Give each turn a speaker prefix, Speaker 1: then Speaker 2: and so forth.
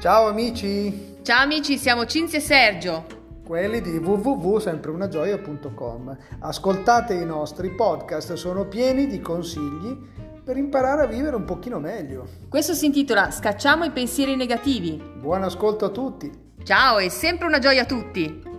Speaker 1: Ciao amici,
Speaker 2: Ciao amici, siamo Cinzia e Sergio.
Speaker 1: quelli di www.sempreunagioia.com. Ascoltate i nostri podcast, sono pieni di consigli per imparare a vivere un pochino meglio.
Speaker 2: Questo si intitola Scacciamo i pensieri negativi.
Speaker 1: Buon ascolto a tutti.
Speaker 2: Ciao, è sempre una gioia a tutti.